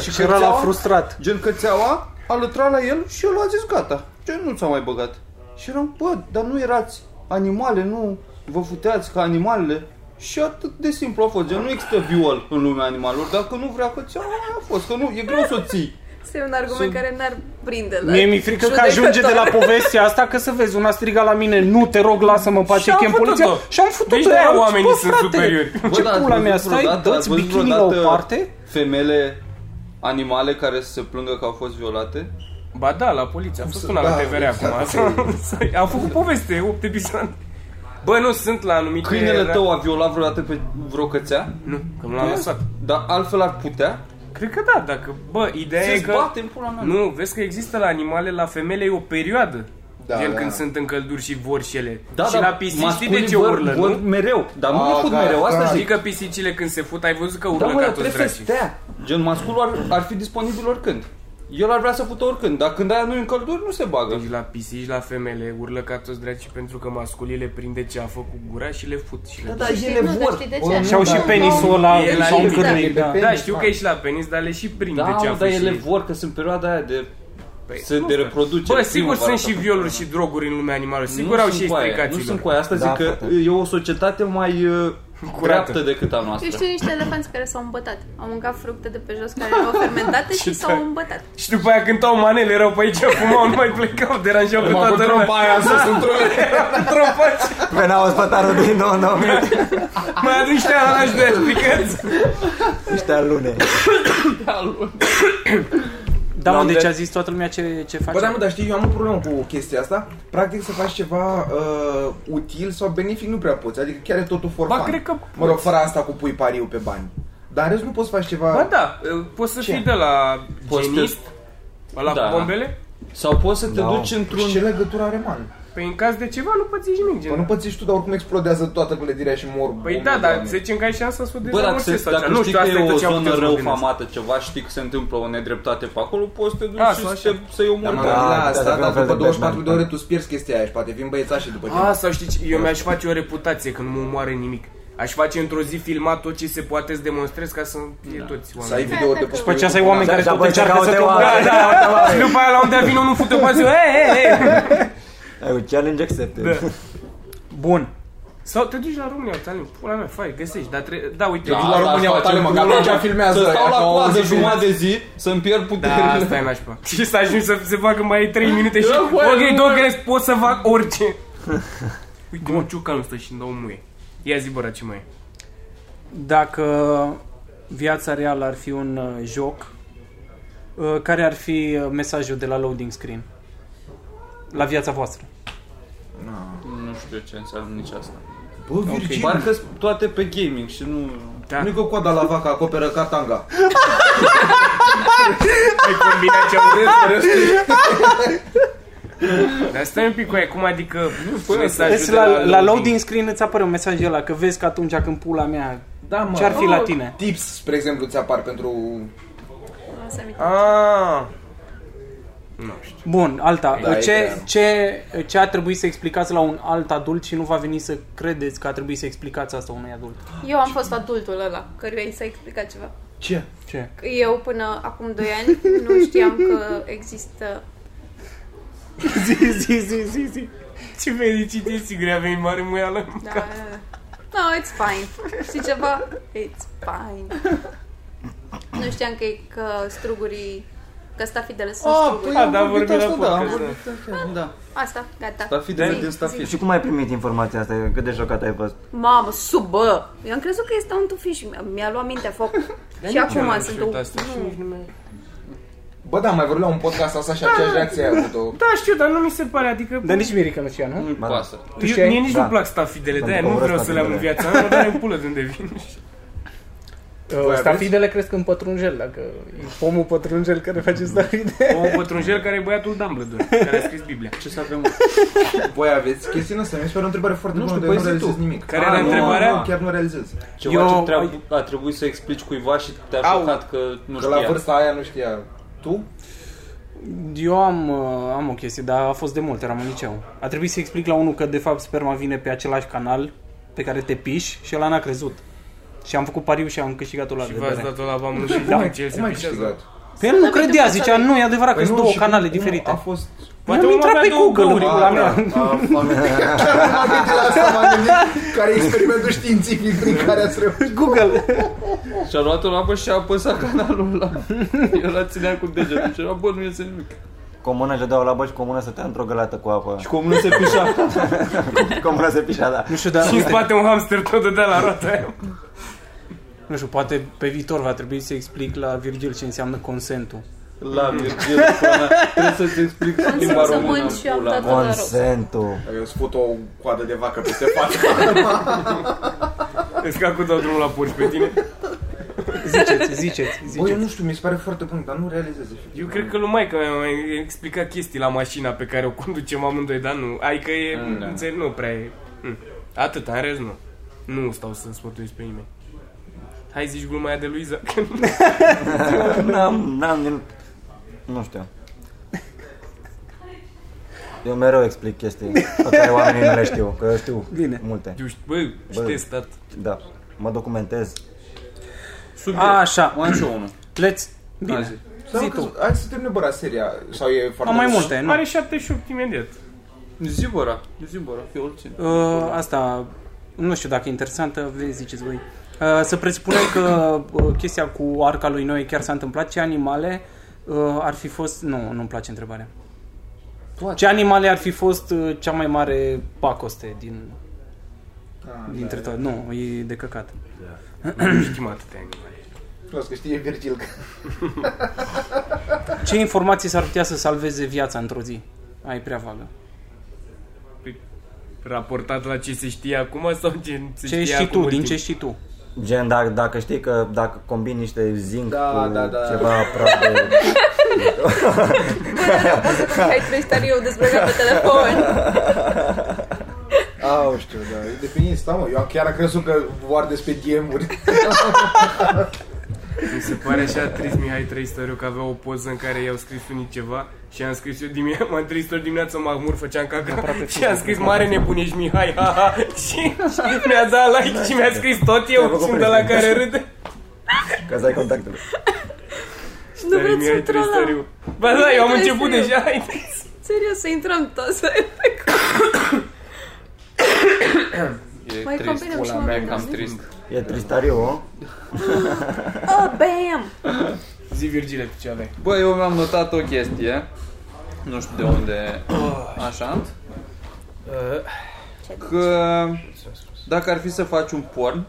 Și, Și era la frustrat. Gen cățeaua a lătrat la el și el a zis gata. Gen nu s-a mai băgat. Și eram, bă, dar nu erați animale, nu vă futeați ca animalele. Și atât de simplu a fost. Gen, nu există viol în lumea animalelor. Dacă nu vrea cățeaua, aia a fost. Că nu, e greu să o ții. Este un argument care n-ar prinde la Mie mi-e frică că judecător. ajunge de la povestea asta că să vezi, una striga la mine, nu te rog, lasă-mă în pace, Și-am chem poliția. făcut-o. Și am făcut Deci de-aia oamenii sunt superiori. Bă, Ce dar da, ați pula văzut mea, stai, vreodată- ați dă-ți văzut bikini la o vreodată parte? Femele, animale care se plângă că au fost violate? Ba da, la poliție. A fost una la Da, TVR acum. Asta- Am făcut poveste, 8 episoade. Bă, nu sunt la anumite... Câinele tău Da. a violat vreodată pe vreo cățea? Nu, că nu l-am lăsat. Dar altfel ar putea? Cred că da, dacă... Bă, ideea e Se că... bate în pula mea. Nu, vezi că există la animale, la femele e o perioadă. Da, Gen da. când sunt în călduri și vor și ele. Da, și dar la pisici știi de masculii ce vor- urlă, vor nu? mereu. Dar nu Ah, le fut da, mereu, asta da. Știi zic. că pisicile când se fut, ai văzut că Da, urlă mă, ca dar toți trebuie să dracii. stea. Gen, masculul ar, ar fi disponibil oricând. El ar vrea să fută oricând, dar când aia nu e în călduri, nu se bagă. Deci la pisici, la femele, urlă ca toți dracii pentru că masculii le prinde ceafă cu gura și le fut. Și le... Da, Și ele nu, dar vor. știi de Bă, ce? Și au și Da, penisul da, ăla e la sau un limit, cârnâi, da, e da. pe da, penis, știu că fac. ești la penis, dar le și prinde Da, ceafă dar și... Păi, ele vor, că sunt perioada aia de... Se nu de știu. reproducere. Bă, sigur primăvara sunt sau și violuri și droguri în lumea animală. Sigur Nu au sunt și ei cu aia, Nu stricații. sunt cu aia. Asta Da, zic că frate. e o societate mai uh, dreaptă decât a Eu noastră. știu niște elefanți care s-au îmbătat. Au mâncat fructe de pe jos care erau (laughs) fermentate și s-au tare. îmbătat. Și după aia cântau manele, erau pe aici, fumau, nu mai plecau, deranjau pe toată lumea. Da. aia să sunt (laughs) Trompaci. Venea ospătarul din nou în 2000. Mai aduc niște alalași de stricați. Ăștia lune. Da, L-am mă, deci dat- a zis toată lumea ce, ce face. Bă, da, mă, dar știi, eu am o problemă cu chestia asta. Practic să faci ceva uh, util sau benefic nu prea poți. Adică chiar e totul for Ba, fun. cred că Mă rog, fără asta cu pui pariu pe bani. Dar în rest nu poți să faci ceva... Ba da, uh, poți să Ce? fii de la Poți să- genist, ăla Da. cu bombele, Sau poți să te Da. duci într-un... Și ce legătură are, man? Păi în caz de ceva nu pățești nimic, Păi Bă, nu gen. pățești tu, dar oricum explodează toată clădirea și mor Păi bombe da, de dar oameni. să zicem că ai șansa să o Bă, dacă, dezamorțezi se, sau ceva. dacă Nu știi știu, că asta e e o tot ce am zonă putut să mă rău gândesc. famată ceva, știi că se întâmplă o nedreptate pe acolo, poți să te duci A, și sau să, așa. te, să-i Dar omori. m-am Da, gândit la putea să asta, fie un dar fel după de 24 de Batman. ore tu îți pierzi chestia aia și poate vin băiețașii după tine. A, sau știi, ce? eu mi-aș face o reputație când nu mă omoară nimic. Aș face într-o zi filmat tot ce se poate să demonstrez ca să fie Da. toți Să ai oamenii. video de pe Și Păi ce asta e oameni care Și tot apoi se încearcă să caute te o omoare. Da, altă- Și după aia la unde vin nu fută pe ziua, "Ei, ei, ei." Ai un challenge accepted. Da. Bun. Sau te duci la România, Talim, pula mea, fai, găsești, dar tre- da, uite, Da, vii da, la asta România, facem tale, mă, un că lucru. România filmează, Să stau că la au coadă auzit jumătate de zi, să-mi pierd Da, puterile. asta e (laughs) nașpa. Și să ajungi să se facă mai Da, 3 minute și... Eu, bă, Ok, nu- două crezi, pot să fac (laughs) orice. Uite, mă, ciucanul stă și-mi dau muie. Ia zi, bă, ce mai e. Dacă viața reală ar fi un uh, joc, uh, care ar fi uh, mesajul de la loading screen? La viața voastră. Nu știu ce înseamnă nici asta. Bă, Virgil, Parcă sunt toate pe gaming și nu... Da, nu-i că coada la vacă acoperă catanga. ai combinat ce-am vrut. (laughs) Dar stai un pic cu aia, cum adică mesajul Deci de la, la loading screen îți apare un mesaj ăla că vezi că atunci când pula mea Da, mă. ce-ar fi Oh! la tine? Tips, spre exemplu, ți apar pentru... O să-mi Ah. Nu știu. Bun, alta. Da, e ce, clar. ce, ce a trebuit să explicați la un alt adult și nu va veni să credeți că a trebuit să explicați asta unui adult? Eu am fost adultul ăla căruia i s-a explicat ceva. Ce? Ce? Că Eu până acum 2 ani nu știam că există... zi, (laughs) zi, zi, zi, zi. Ce fericit e, sigur, a venit mare muială. Da. No, it's fine. Știi ceva? It's fine. Nu știam că, că strugurii... Că stafidele sunt oh, struguri. da, vorbim la da, Ah, am podcast, vorbit asta, da. Asta, gata. Stafidele Zi, din zi. stafid. Și cum ai primit informația asta? Cât de șocat ai fost? Mamă, sub, bă! Eu am crezut că este un tufiș și mi-a- mi-a luat mintea foc. și acum sunt Nu. un... Bă, da, am mai vorbit la un podcast asta și aceeași reacție (laughs) ai avut-o. Da, știu, dar nu mi se pare, adică... Dar nici Mirica nu știa, nu? Nu-i Ba, pasă. Tu Eu, știai? mie nici Da. nu-mi plac stafidele, de-aia Pentru nu că vreau urăsc să le am în stafidele. viața mea, dar în pulă de unde vin. (laughs) Uh, stafidele cresc în pătrunjel, dacă e pomul pătrunjel care face stafide. Omul pătrunjel care e băiatul Dumbledore, care a scris Biblia. Ce să avem? Voi aveți chestiunea asta, mi se pare o întrebare foarte Nu bună, știu, dar eu păi zi nu realizez tu. nimic. Care Ah, era nu, întrebarea? nu, Chiar nu realizez. Ceva Eu- ce treab- a trebuit să explici cuiva și te-a Au. șocat că nu Că la știa. vârsta aia nu știa. Tu? Eu am, uh, am o chestie, dar a fost de mult, eram în liceu. A trebuit să explic la unul că de fapt sperma vine pe același canal pe care te piși și ăla n-a crezut. Și am făcut pariu și am câștigat-o la Și v-ați vedere. dat-o la vamă și Da. ce el se Cum ai pișează. câștigat? Pe el nu credea, uite-mă, zicea, nu, e adevărat că Păi sunt nu, două și canale cum diferite. A fost... Poate omul am intrat avea pe două Google în găuri. pula mea. Da, La asta m-am gândit care e experimentul științific prin care ați reușit. Google. Și-a luat-o la bă și a apăsat canalul ăla. El la ținea cu degetul și era, bă, nu iese nimic. Comuna și dau la bă și comuna să te într-o gălată cu apă. Și cum nu se pișa. Comuna se pișa, da. Nu știu, dar Și în spate un hamster tot de la roata aia. Nu știu, poate pe viitor va trebui să explic la Virgil ce înseamnă consentul. La Virgil, până trebuie să-ți explic limba să română. mânci și am pula dat mea. Consentul. Eu sput o coadă de vacă peste (laughs) față. Îți ca cu dau drumul la porci pe tine. Ziceți, ziceți, Bă, eu ziceți. nu știu, mi se pare foarte bun, dar nu realizez. efectiv. Eu cred că lui maica mea mi-a explicat chestii la mașina pe care o conducem amândoi, dar nu. Adică e, Mm, da. înțeleg, nu prea e. mm. Atât, în rest nu. Nu stau să sfătuiesc pe nimeni. Hai zici gluma aia de Luiza. N-am, n-am, din- nu știu. Eu mereu explic chestii pe care oamenii nu le știu, că eu știu Bine. multe. Eu știu, bă, știți, tată. Da, mă documentez. Subiect. A, așa, Mai am și eu unul. let's... Hai Bine. zi. Sau Zi că, tu. hai să termine băra seria. Sau e foarte Am mai mult? multe, nu? Are 78 imediat. Zi, bora. Zi, bora, că eu îl țin. Uh, asta, nu știu dacă e interesantă, vezi, ziceți voi. Uh, să presupunem că uh, chestia cu arca lui Noe chiar s-a întâmplat, ce animale uh, ar fi fost... Nu, nu-mi place întrebarea. Ce animale ar fi fost uh, cea mai mare pacoste din, Ah, dintre toate? Nu, e de căcat. Nu știm atâtea animale. Plus că știe Virgil că... Ce informații s-ar putea să salveze viața într-o zi? Ai prea vagă. Raportat la ce se știe acum sau ce se Ce știe știi acum tu? în Din timp? ce știi tu? Gen, dacă, dacă știi că dacă combini niște zinc Da, cu da, da. ceva praf de... Hai trei stari eu despre ea pe (laughs) telefon. Au, știu, da. E de pe Insta, mă. Eu am- chiar am crezut că voar despre DM-uri. Mi se pare așa trist Mihai Treistoriu că avea o poză în care i-au scris unii ceva și am scris eu (laughs) dimineața, m-am tristor dimineața, Mahmur făceam caca și am scris mare nebun ești Mihai, ha, ha, (laughs) și, și mi-a dat like și mi-a scris tot eu, sunt de la care (laughs) râde. Ca să ai contactele. Nu Tare vreți să Mihai intrăm Treistoriu. Ba da, eu am Mihai început Treistoriu. deja, (laughs) haide. Serios, să intrăm toți. (laughs) E Mai trist, combinăm și pula mai mea, mâncăm, cam nu? trist. E tristariu, o? Oh, bam! Zi Virgile, tu ce aveai? Bă, eu mi-am notat o chestie. Nu știu de unde... Așa. Că... Dacă ar fi să faci un porn,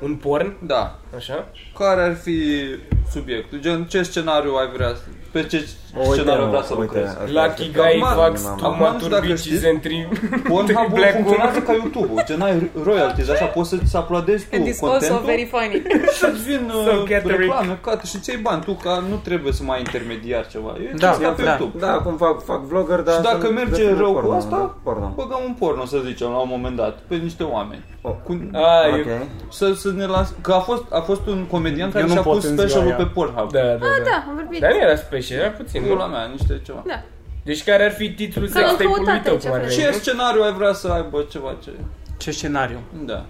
Un porn? da. Așa? Care ar fi subiectul? Gen, ce scenariu ai vrea să... Pe ce O, uite, scenariu mă, vrea să uite, lucrezi? asta La este da, Kigai cam- Vax, Mamă. tu Acum nu știu dacă maturbici știți. zentri... Pornhub Black funcționează ca YouTube-ul, gen ai royalties, așa poți să-ți uploadezi tu And it's also very contentul funny. Da. și îți vin So uh, catering. reclame, cate și ți iei bani tu, ca nu trebuie să mai intermediar ceva, e Da, da, ca pe da. YouTube. Da, acum fac, fac vlogger, dar... Și dacă să- merge să- rău cu porno, da, asta, Porno. Băgăm un porno, să zicem, la un moment dat, pe niște oameni. O, Cu, Ah, ok. eu... să, să ne las... Că a fost, a fost un comedian care nu și-a pot pus în ziua specialul aia. pe Pornhub. Da, da, da. Da, am vorbit. Dar nu era special, era puțin, Pula nu? mea, niște ceva. Da. Deci care ar fi titlul Că l-am sextei căutat pului tău, aici, poate? frate. Ce scenariu ai vrea să aibă ceva ce... Ce scenariu? Da.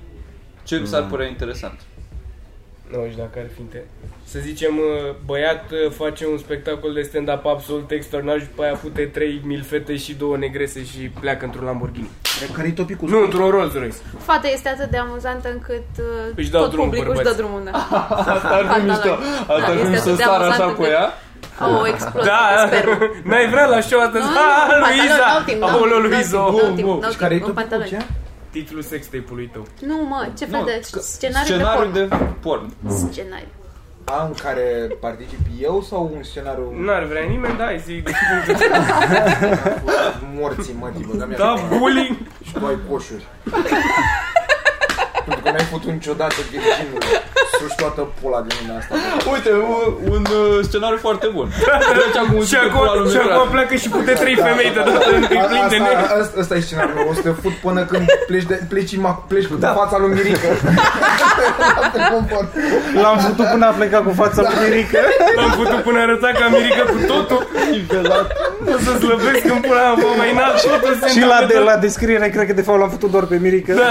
Ce vi Mm. s-ar părea interesant? Nu știu dacă ar fi inter... Să zicem, uh, băiat uh, face un spectacol de stand-up absolut extraordinar și după aia fute trei mil fete și două negrese și pleacă într-un Lamborghini. Care-i topicul? Nu, într-un Rolls Royce. Fata este atât de amuzantă încât uh, Își dau tot drumul, publicul își dă bărbați. drumul. Da. (laughs) Asta ar fi da, mișto. da. Da, Asta ar fi este mișto atât de sar așa amuzant cu ea. O, explozie Da, da. sperul. (laughs) n-ai vrea la show astăzi? Nu, Ha, nu, pantaloni, n-au timp, Luiza! n-au Aolo, timp, Luiza! n-au timp, n-au timp, n-au Și care-i timp, în topicul? pantaloni. Ce? Titlul sextapului tău. Nu, mă, ce fel Nu, de că- scenariu de Scenariu porn? de Mm. porn. Scenariu. A, Ah, în care particip eu sau un scenariu N-ar vrea nimeni, da, ai zi. morții, mă, tibă, că mi-a Da, făcut- bullying! (laughs) Și tu ai coșuri. Pentru că n-ai putut niciodată virginul. Suși toată pula din lumea asta. Uite, un, un uh, scenariu foarte bun. Deci acum Și acum, și acum pleacă și cu de trei femei de dată în A- plin de negru. Asta, asta, asta e scenariul meu. O să te fut până când pleci, de, pleci, ima, pleci cu fața lui Mirica. L-am făcut până a plecat cu fața Da. lui Mirica. L-am putut până arăta ca Mirica cu totul. O să slăbesc în pula mea, bă, mai n-am totul se Și la, întâmplă de, tot. la descriere, cred că de fapt l-am făcut doar pe Mirica. Da.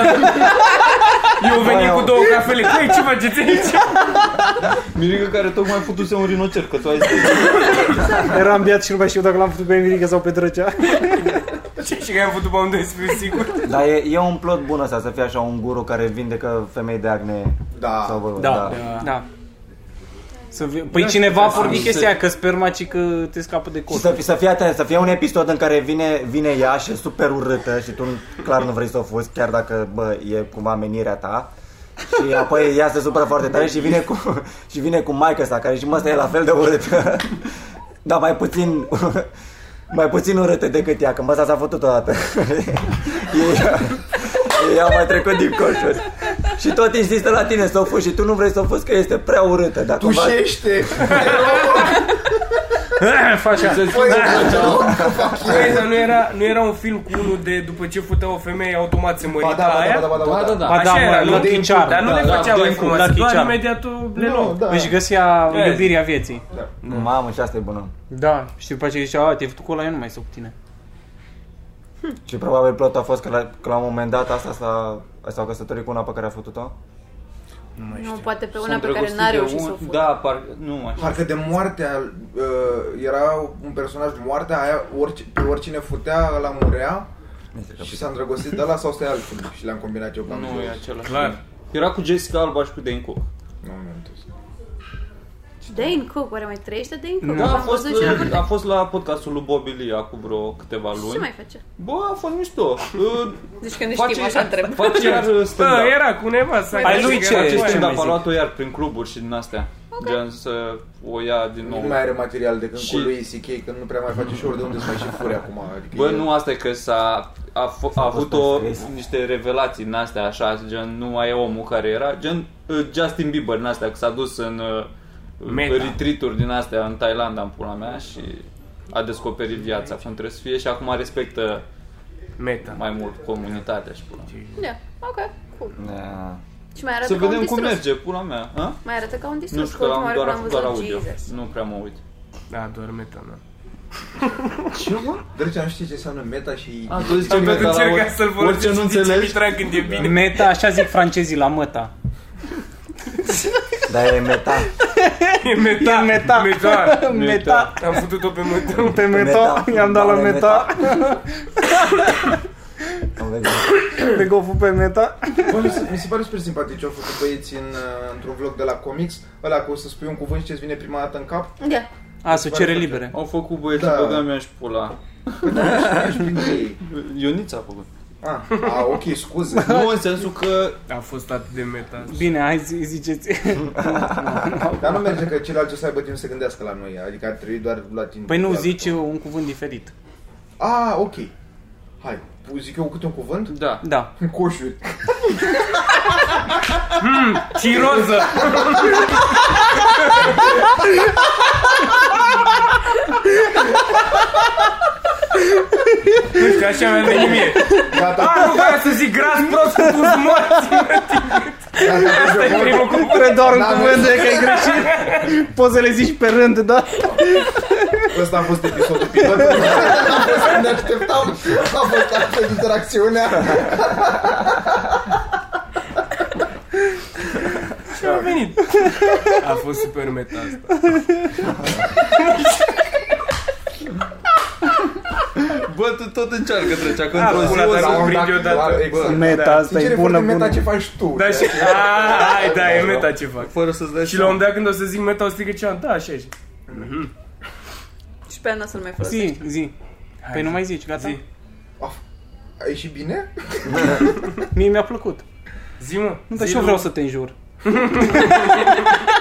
Eu venim cu două cafele. Păi, ce faceți aici? Mirica care tocmai futuse un rinocer, că tu ai zis. Eram biat și nu mai știu dacă l-am făcut pe Mirica sau pe Drăcea. Ce și că am făcut pe amândoi spre sigur. Dar e, e un plot bun ăsta, să fie așa un guru care vindecă femei de acne. Sau Da. bă, da. Să vi... Păi cineva a pornit chestia aia, că sperma ci că te scapă de Și cot. să, fi- să fie atent, să fie un episod în care vine, vine ea și e super urâtă și tu clar nu vrei să o fuzi, chiar dacă, bă, e cumva menirea ta. Și apoi ea se supără foarte tare și vine cu, (laughs) și vine cu maica sa, care și mă e la fel de urâtă. (laughs) Dar mai puțin, (laughs) mai puțin urâtă decât ea, că mă s-a făcut odată. (laughs) Ei, ea mai trecut din coșuri. Și tot insistă la tine să o fuzi și tu nu vrei să o fuzi că este prea urâtă. Dar cumva- Tușește! Faci așa. Păi, dar nu era, nu era un film cu unul de după ce futea o femeie, automat se Ba mărita da, ba aia? da, ba da, ba da, Da, da, da. Ba da, Așa era, mă, nu? Lucky Charm. Dar nu Da, le da, făcea mai Dane cu frumos, Lucky doar Charm. imediat tu le Nu, luau. da. Își găsea Yes. iubirea vieții. Mamă, și asta e bună. Da. Și după aceea zicea, a, te-ai făcut cu ăla, eu nu mai sunt cu tine. Și probabil plotul a fost că la, că la un moment dat asta s-a, s-au căsătorit cu una pe care a făcut-o. Nu, poate pe una Sunt pe care drăgostit n-a de reușit un- să o fure. Da, parcă, nu mai știu. Parcă de moartea uh, era un personaj moartea, aia orice, pe oricine futea, ăla murea și s-a îndrăgostit de ăla sau stai altfel și le-am combinat eu cam Nu e același. Clar. Era cu Jessica Alba și cu Dane Cook. Nu, nu, nu. Dane Cook, oare mai trăiește Dane Cook? Da, a Am fost, văzut și la a vârstă. fost la podcastul lui Bobby Lee acum vreo câteva Ce mai luni. face? Bă, a fost mișto. Uh, Deci că nu știm, așa întreb. (laughs) face iar uh, Bă, stand-up. Da, era cu nevasta. Ai că lui era cu ce? Face aia. mai stand-up, a zic? luat-o iar prin cluburi și din astea. Ok. Gen să o ia din Nu nou. mai are material de când Și- cu lui CK, când nu prea mai face show de unde să mai și fure acum. Adică Bă, e- nu asta e că s-a a, f- a avut o, niște revelații în astea așa, gen nu mai e omul care era, gen uh, Justin Bieber în astea, că s-a dus în uh, Meta. retreat-uri din astea în Thailanda în pula mea și a descoperit viața cum trebuie să fie și acum respectă Meta. mai mult comunitatea și pula mea. Da, ok, cool. Da. Și mai arată Să ca un vedem cum distrus. merge, pula mea, a? Mai arată ca un distrus. Nu știu că am ultima doar, oară când doar văzut, audio, Jesus. nu prea mă uit. Da, doar meta, da. Drăgea nu știe ce înseamnă meta și... A, tu zici că Pentru deci la încerca orice să-l nu vorbești, zice înțelegi, Mitran când e bine. Meta, așa zic francezii la măta. Dar e meta. (laughs) E meta. E meta. Meta. (laughs) Meta. Am făcut-o pe meta. Pe meta, Meta. i-am dat la Mare meta. Am văzut. Pe goful pe meta. Bă, mi, se, mi se pare super simpatic ce au făcut băieții în, uh, într-un vlog de la comics, ăla că o să spui un cuvânt și ce-ți vine prima dată în cap. Da, A, sucere libere. au făcut băieții Da. băga mea și pula. Ești printre ei. Ionița a făcut. Ah, a, ok, scuze. Nu, în sensul că A fost atât de meta. Bine, hai zi, (laughs) ziceți. Dar nu merge că ceilalți o să aibă timp să gândească la noi, adică ar trebui doar la timp. Păi nu, doar- zici un cuvânt diferit. A, ok. Hai, zic eu câte un cuvânt? Da. Da. Coșuri. Hmm, Ciroză. Nu știu, așa mi-a venit mie. Gata, A, nu vreau să zic gras prost cu pus morți. gata, Asta e (laughs) primul cuvânt. Trebuie doar un N-am cuvânt de că ai greșit. Poți să le zici pe rând, da? Ăsta a fost episodul (laughs) pilot. ne așteptam. A fost asta interacțiunea. Și a venit. A fost super meta asta. Bă, tu tot încearcă trecea, că A, într-o zi Da, pula o ta să... nu prind eu odată. Exact. Meta, asta Sincer, e e bună, foarte meta bună. ce faci tu. Da, și... A, hai, da, e meta ce fac. Fără să-ți dai Și la un dat când o să zic meta, o strică cea, da, așa e. și pe aia n-o să-l mai folosești. Zi, zi. Păi nu mai zici, gata? Zi. A ieșit bine? Mie mi-a plăcut. Zi, mă. Nu, dar Zi, și eu nu. vreau să te înjur.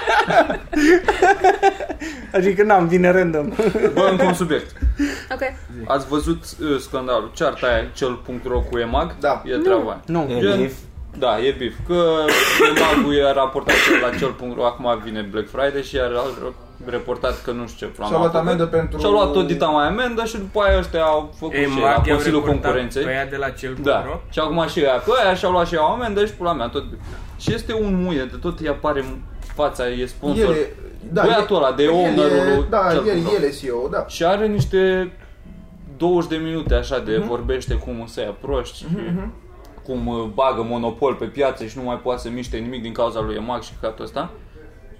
(laughs) adică n-am, vine random. Bă, încă un subiect. Ok, (laughs) Ați văzut uh, scandalul, cearta aia, cel punct ro cu EMAG? Da. E travai. Nu. E bif. Da, e bif. Că EMAG-ul era raportat cel la cel punct ro, acum vine Black Friday și iar al reportat că nu știu ce plan Și-a luat amendă pentru... Și-au luat tot dita mai amendă și după aia ăștia au făcut Ei, și ei la Mac, i-au Consiliul reportat Concurenței. Pe ea de la cel Da. da. Și acum și ea, că aia și-au luat și ea amendă și pula mea, tot. Și este un muie, de tot îi apare fața, e sponsor. Ele, da, Băiatul ăla de ownerul lui Da, cel el, cu el e CEO, da. Și are niște 20 de minute așa de vorbește cum o să ia proști și cum uh, bagă monopol pe piață și nu mai poate să miște nimic din cauza lui Emac și capul ăsta.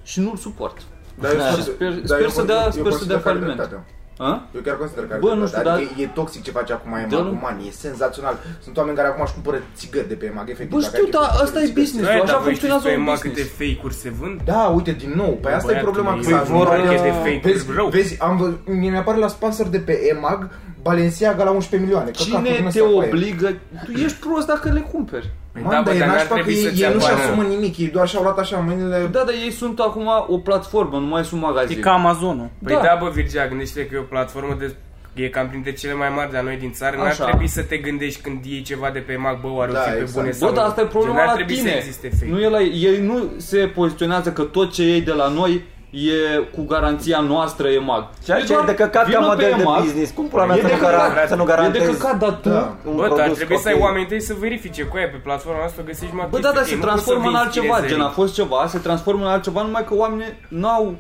Și nu-l suport. Dar eu Da. sunt- Și sper- dar sper eu să dea- sper eu să consider dea că are faliment. dreptate. A? Eu chiar consider că are Bă, nu dreptate. știu, Adică E, e toxic ce face acum Emag Da, nu. cu mani, e senzațional. Sunt oameni care acum își cumpără țigări de pe Emag, efectiv. Bă, dacă știu, ai dar chef să asta cumperi e țigări. business. Da, Așa dar voi funcționează știți pe un Mac câte business. fake-uri se vând? Da, uite, din nou, pe asta e problema cu Păi Zara. vor market de Vezi, fake-uri, rău. vezi, am vă, mie mi-apare la sponsor de pe Emag, Balenciaga la 11 milioane. Că capul Cine meu te stă cu aia. obligă? Tu ești prost dacă le cumperi. Păi Man, dar e n-ar nașpa că trebui ei, să-ți ei ia nu-și bani, asumă mă. nimic, ei doar și-au luat așa în mâinile... Da, dar ei sunt acum o platformă, nu mai sunt E magazin. ca Amazonul. Păi Da. da, bă, Virgea, gândește că e o platformă de E cam printre cele mai mari de la noi din țară. N-ar Așa. trebui să te gândești când iei ceva de pe Mac, bă, oare Da, da, pe exact. bune Bă, sau dar nu? asta e problema Gen, n-ar la trebui tine. Să existe fake. Nu e la, ei nu se poziționează că tot ce iei de la noi e cu garanția noastră e mag. Ceea E ce e doar de căcat ca vină pe model de EMAG, business. Cum pula mea E să de nu, căcat. gara- să nu E de garantezi căcat, dar tu... Da. un Bă, dar produs trebuie să ai ok? oamenii tăi să verifice cu aia pe platforma asta, o găsești mai Bă, da, dar se transformă în altceva, gen a fost ceva, se transformă în altceva, numai că oamenii n-au,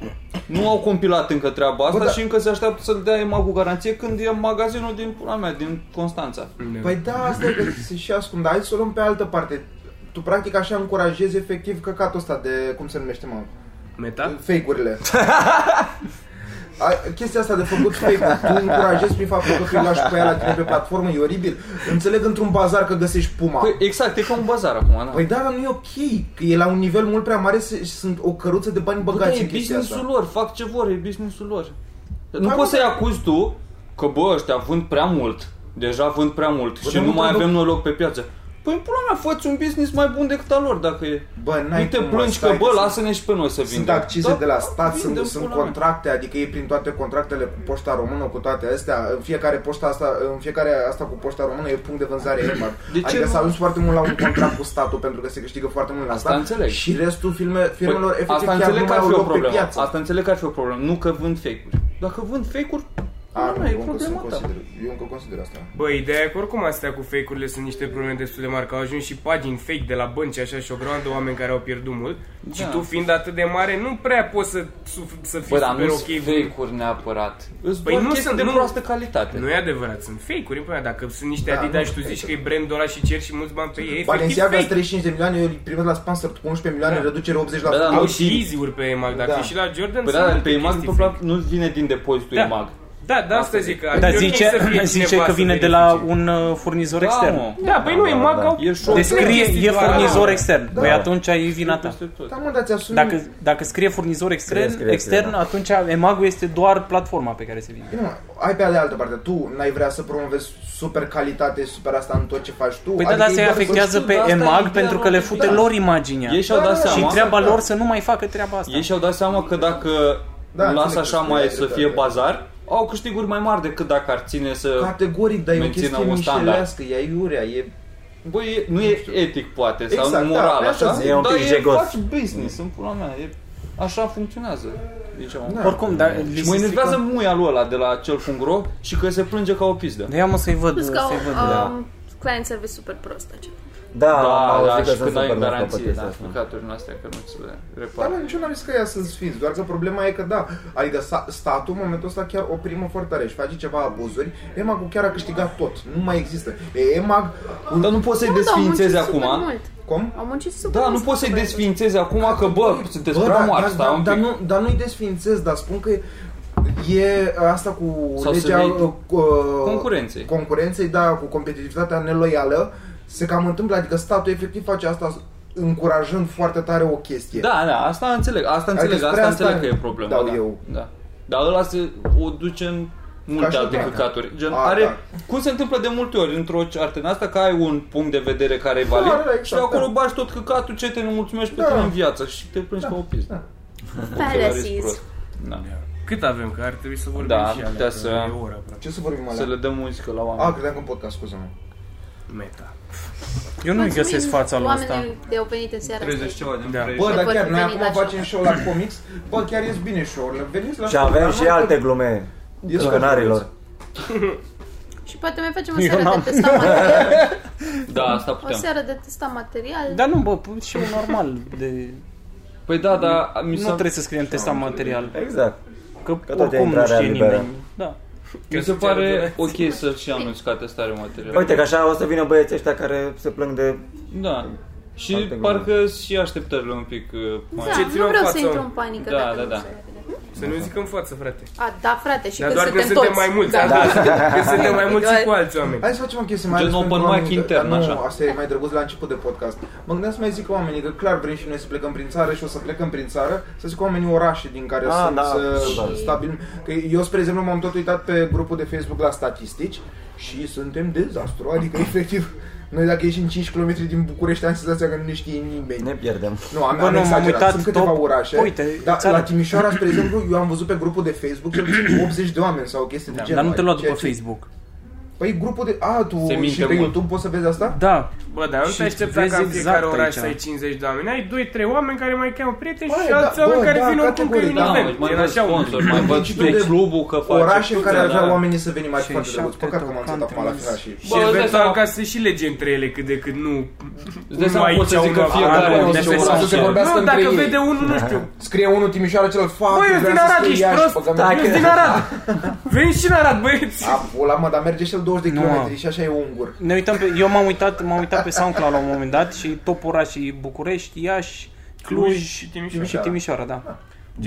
nu au compilat încă treaba asta da. și încă se așteaptă să-l dea EMAG cu garanție când e magazinul din pula mea, din Constanța. Păi da, asta e (clears throat) că se și ascund, dar hai să o luăm pe altă parte. Tu practic așa încurajezi efectiv căcatul ăsta de, cum se numește, mă, Meta? (laughs) fake-urile. A, chestia asta de făcut fake tu încurajezi prin faptul că tu îi lași pe ea la tine pe platformă, e oribil. Înțeleg într-un bazar că găsești puma. Păi exact, e ca un bazar acum, da. Păi da, dar nu e ok, că e la un nivel mult prea mare se- și sunt o căruță de bani Bă, da, băgați e în chestia businessul asta. lor, fac ce vor, e businessul lor. Nu Hai, poți mă, să-i acuzi tu că, bă, ăștia vând prea mult. Deja vând prea mult și dar nu nu mai trebuie- avem noi loc pe piață. Păi în pula mea, fă un business mai bun decât al lor dacă e. Bă, Nu n-ai te cum, mă, plângi că, stai bă, sunt- lasă-ne și pe noi să Sunt vindem. accize Da, de la stat, vinde, sunt, sunt pula mea. contracte, adică e prin toate contractele cu poșta română, cu toate astea, în fiecare poșta asta, în fiecare asta cu poșta română e punct de vânzare EMAR. De ce adică nu? s-a ajuns foarte mult la un contract cu statul pentru că se câștigă foarte mult la Asta stat. înțeleg. Și restul filme, Păi, firmelor efectiv asta chiar nu înțeleg că mai ar au fi o loc pe problemă. piață. Asta înțeleg că ar fi o problemă. Nu că vând fake-uri. Dacă vând fake-uri, A, nu, nu, e Ah, eu încă problema ta. consider, eu încă consider asta. Bă, ideea e că oricum astea cu fake-urile sunt niște probleme destul de mari, că au ajuns și pagini fake de la bănci, așa, și o grămadă de oameni care au pierdut mult. Și Da. tu fiind atât de mare, nu prea poți să, suf- să fii Bă, dar super nu ok. sunt vând- fake-uri neapărat. Îți Păi doar nu chestii sunt, de nu. proastă calitate. Nu e adevărat, sunt fake-uri, până dacă sunt niște Da, da, nu, Adidas și tu fake-uri. zici că e brandul ăla și ceri și mulți bani pe ei, efectiv Balenciaga fake. 35 de milioane, eu îi primesc la sponsor cu 11 milioane, Da. reducere 80%. Bă, da, Au nu și știu. easy-uri pe EMAG, dacă Da. e și la Jordan Păi sunt da, dar multe pe imag chestii exact. pe plan, nu vine din depozitul Da. imag. Da, da, asta zic. că Dar e ok să fie zice, (laughs) zice cineva că să vine de la verifice. un uh, furnizor extern. Da, păi nu, EMAG da. au... E șoc. Deci scrie, chestii e doar- furnizor Da. extern. Păi atunci e vina ta. Peste tot. Da, mă, dați asumi. Dacă, dacă scrie furnizor extern, Scrie, scrie, extern da. atunci emagul este doar platforma pe care se vinde. Bine, mă, ai pe de altă parte, tu n-ai vrea să promovezi super calitate, super asta în tot ce faci tu. Adică Adică Păi da, dar e se doar afectează știu, dar pe asta e EMAG ideea pentru că lor, le fute da. lor imaginea. Ei și-au Da, dat da, da, Și seama. treaba da. lor să nu mai facă treaba asta. Ei și-au dat seama că dacă Da, lasă înțeleg așa că mai e să dreptate. fie bazar, au câștiguri mai mari decât dacă ar ține să... Categoric, dar e o Mențină chestie un standard. mișelească, e aiurea, e... Băi, nu e etic poate, sau Exact, exact, da, moral, pe asta așa, zic. E un dar pic e, jegos. faci business, în pula mea, e, așa funcționează. Deci, da. Oricum, dar li Și se mă strică- enervează muia lui ăla de la cel fungro și că se plânge ca o pizdă. Da, ia mă să-i văd, Plus că au să-i văd. um, client service super prost deci. acela. Da, am Da, da, auzit că și sunt când ai super în garanție, garanție, da, asta. căcaturi din astea că nu ți le Dar repară. nu, nici n-am zis că ea să sfinți, doar că problema e că da, adică sa- statul în momentul ăsta chiar o primă foarte tare și face ceva abuzuri, EMAG-ul chiar a câștigat tot, nu mai există. E EMAG, Dar nu Da, poți să-i Nu, dar au muncit desfințezi super acum. Mult. cum? Au muncit super Da, nu mult poți să-i proiectul. desfințezi acum că, bă, sunteți prea dar- moari, dar, stai dar, un dar, pic. nu, dar nu-i desfințez, dar spun că e asta cu Sau să legea vei- uh, uh, Concurenței. concurenței, da, cu competitivitatea neloială, se cam întâmplă, adică statul efectiv face asta încurajând foarte tare o chestie. Da, da, asta înțeleg, asta înțeleg, Adică spre asta asta înțeleg că e problema. dau da, eu. Da. Dar ăla se o duce în multe și alte toate. căcaturi. Gen, A, are, da. cum se întâmplă de multe ori într-o ceartă în asta, că ai un punct de vedere care e valid da, exact, și acolo da. bagi tot căcatul ce te nu mulțumești pe Da. tine în viață și te plângi ca o pizdă. (laughs) da. Ești prost. Fantasies. Da. Cât avem? Că ar trebui să vorbim Da, și am alea, putea că să- e o oră, aproape. Ce să vorbim Să alea? le dăm muzică la oameni. A, credeam că în podcast, scuză-mă. Meta. Eu nu-i găsesc fața lui Oamenii ăsta. de au venit în seara asta. ceva de Da. Bă, dar pot chiar, noi veni acum la show. facem show la comics, bă, chiar ies bine show-urile, veniți la Și avem și alte glume E super canarilor. Și poate mai facem o Eu seară n-am. (laughs) de testat material. Da, asta O putem. seară de testat material. Dar nu, bă, pun și eu normal. De... Păi da, da, mi Nu s-a... trebuie să scriem testat material. Exact. Că, tot e oricum nu intrarea știe liberă. nimeni. Da. Mi se pare ok să și anunți ca testare Păi materială. Uite că așa o să vină băieții ăștia care se plâng de... Da. Și Alte glume. parcă și așteptările un pic uh, mai... Ce Da, ți-l nu în vreau față? să intru în panică Da, dacă da, nu da. se vede. Să nu zic în față, frate. A, da, frate, și Dar că doar suntem când suntem toți. mai mulți, Da, da. da. Când suntem mai mulți și cu alți oameni. Hai să facem o chestie mai Gen ales open pentru mic oamenii că- intern, dar nu, așa. Asta e mai drăguț la început de podcast. Mă gândeam să mai zic oamenii că clar vrem și noi să plecăm prin țară și o să plecăm prin țară, să zic oamenii orașe din care Ah, să, da. să Și- stabilim. Că eu, spre exemplu, m-am tot uitat pe grupul de Facebook la statistici și suntem dezastru, adică efectiv... Noi dacă ieșim 5 km din București am senzația că nu ne știe nimeni. Ne pierdem. Nu, am, Bă, nu, am m-am exagerat. uitat Sunt câteva top- Păi, orașe. Uite, da, țară. la Timișoara, spre exemplu, eu am văzut pe grupul de Facebook cel puțin 80 de oameni sau o chestie de genul. Da, Dar nu te lua ceea după ce- Facebook. Păi grupul de... A, tu Se minte și pe mult. YouTube poți să vezi asta? Da. Bă, dar nu Și te aștepta vezi ca în exact fiecare oraș aici. să ai 50 de oameni. Ai 2-3 oameni care mai cheamă prieteni Bă, și da, alți bă, oameni care da, vin oricum că e un Da, categoric. mă, event. mai Gen văd așa un... sponsor, mai văd Deci pe de clubul că face Orașe în care da, ar vrea da. oamenii să venim mai Și foarte în drăguț. șapte Păcat că m-am tocan înțeles acum la trimis. final și... Și Bă, îți dai eventual seama- ca să se și lege între ele cât de cât nu... Îți dai seama, pot să zic că acolo, fiecare unde zice se- oraș. să se vorbească Nu, dacă între ei. vede unul, nu știu. Scrie unul Timișoara celălalt, fac, Bă, eu din Arad, ești prost? Eu din Arad. Veni și în Arad, băieți. A, pula mă, dar merge și el 20 de Nu. kilometri și așa e ungur. Ne uităm pe, eu m-am uitat, m-am uitat pe SoundCloud la un moment dat și top orașii București, Iași, Cluj și Timișoara, și Timișoara da.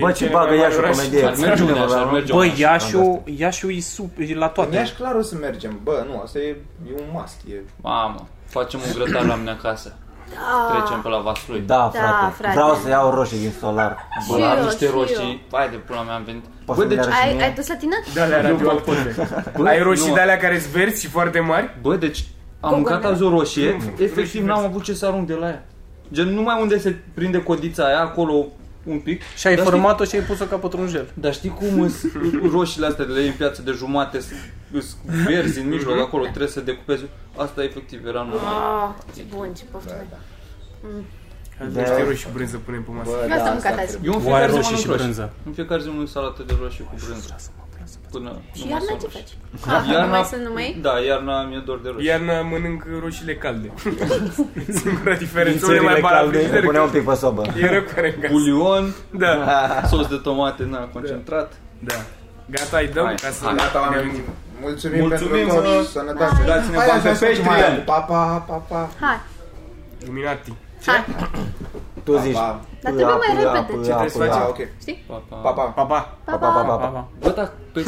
Bă, ce bagă ea și o Ar comedie. merge unde așa, ar merge Bă, unde așa. Iașiul, Iașiul e, sub, e la În Iași toate. clar o să mergem. Bă, nu, asta e, e un must. E... Mamă, facem un grătar la mine acasă. Trecem pe la Vaslui. Da, Da, frate. frate. Vreau să iau roșii din solar. Bă, la eu, niște și roșii. Hai de pula mea, am venit. deci, Poți să-mi dea roșii Ai, mie? ai dus la tine? Da, alea radioactive. Bă, Ai roșii nu. de alea care sunt verzi și foarte mari? Bă, deci Am mâncat azi o roșie, efectiv n-am avut ce să arunc de la ea. Gen, numai unde se prinde codița aia, acolo un pic. Și ai Dar format-o și ai pus-o ca pătrunjel. Știi, dar știi cum sunt (laughs) roșiile astea de la ei în piață de jumate, sunt- sunt verzi în mijloc, acolo trebuie să decupezi. Asta efectiv era numai. Ah, ce bun, ce poftă. da. Da. Niște roșii și brânză punem pe masă. Nu da, asta am mâncat azi. Eu în Oaie fiecare zi roșii mănânc și roșii. brânză. În fiecare zi mănânc salată de roșii cu brânză. Până Și nu iarna mai ce sunt faci? roșii. Ah, Iarna- nu mai sunt numai? Da, iarna mi-e dor de roșii. Iarna Păi mănânc roșiile calde. Singura diferență. Unde Țările mai bag la calde, le frigider, puneam un că pic pe sobă. e rău care în casă. Bulion, Da, (laughs) sos de tomate, na, concentrat. da. Gata, îi dăm Hai, ca să... hai, Gata, ne oameni. auzim. Mulțumim, Mulțumim, pentru mă. tot. Sănătate. Dați-ne Hai, bani așa pe să facem Patreon. aia. Pa, pa, pa, pa. Hai, Illuminati. hai. Tu zici. pa. Dar trebuie mai pula, repede, pula, ce trebuie să pula. facem? Ah, ok. Pa, pa. Pa, pa. Pa, pa. Pa, Pa, pa, pa. pa, Pa, pa. pa. Bă, da, păi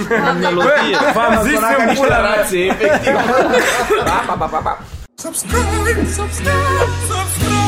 Bă, v-am zis să-mi pula mea. efectiv. subscribe, subscribe, subscribe.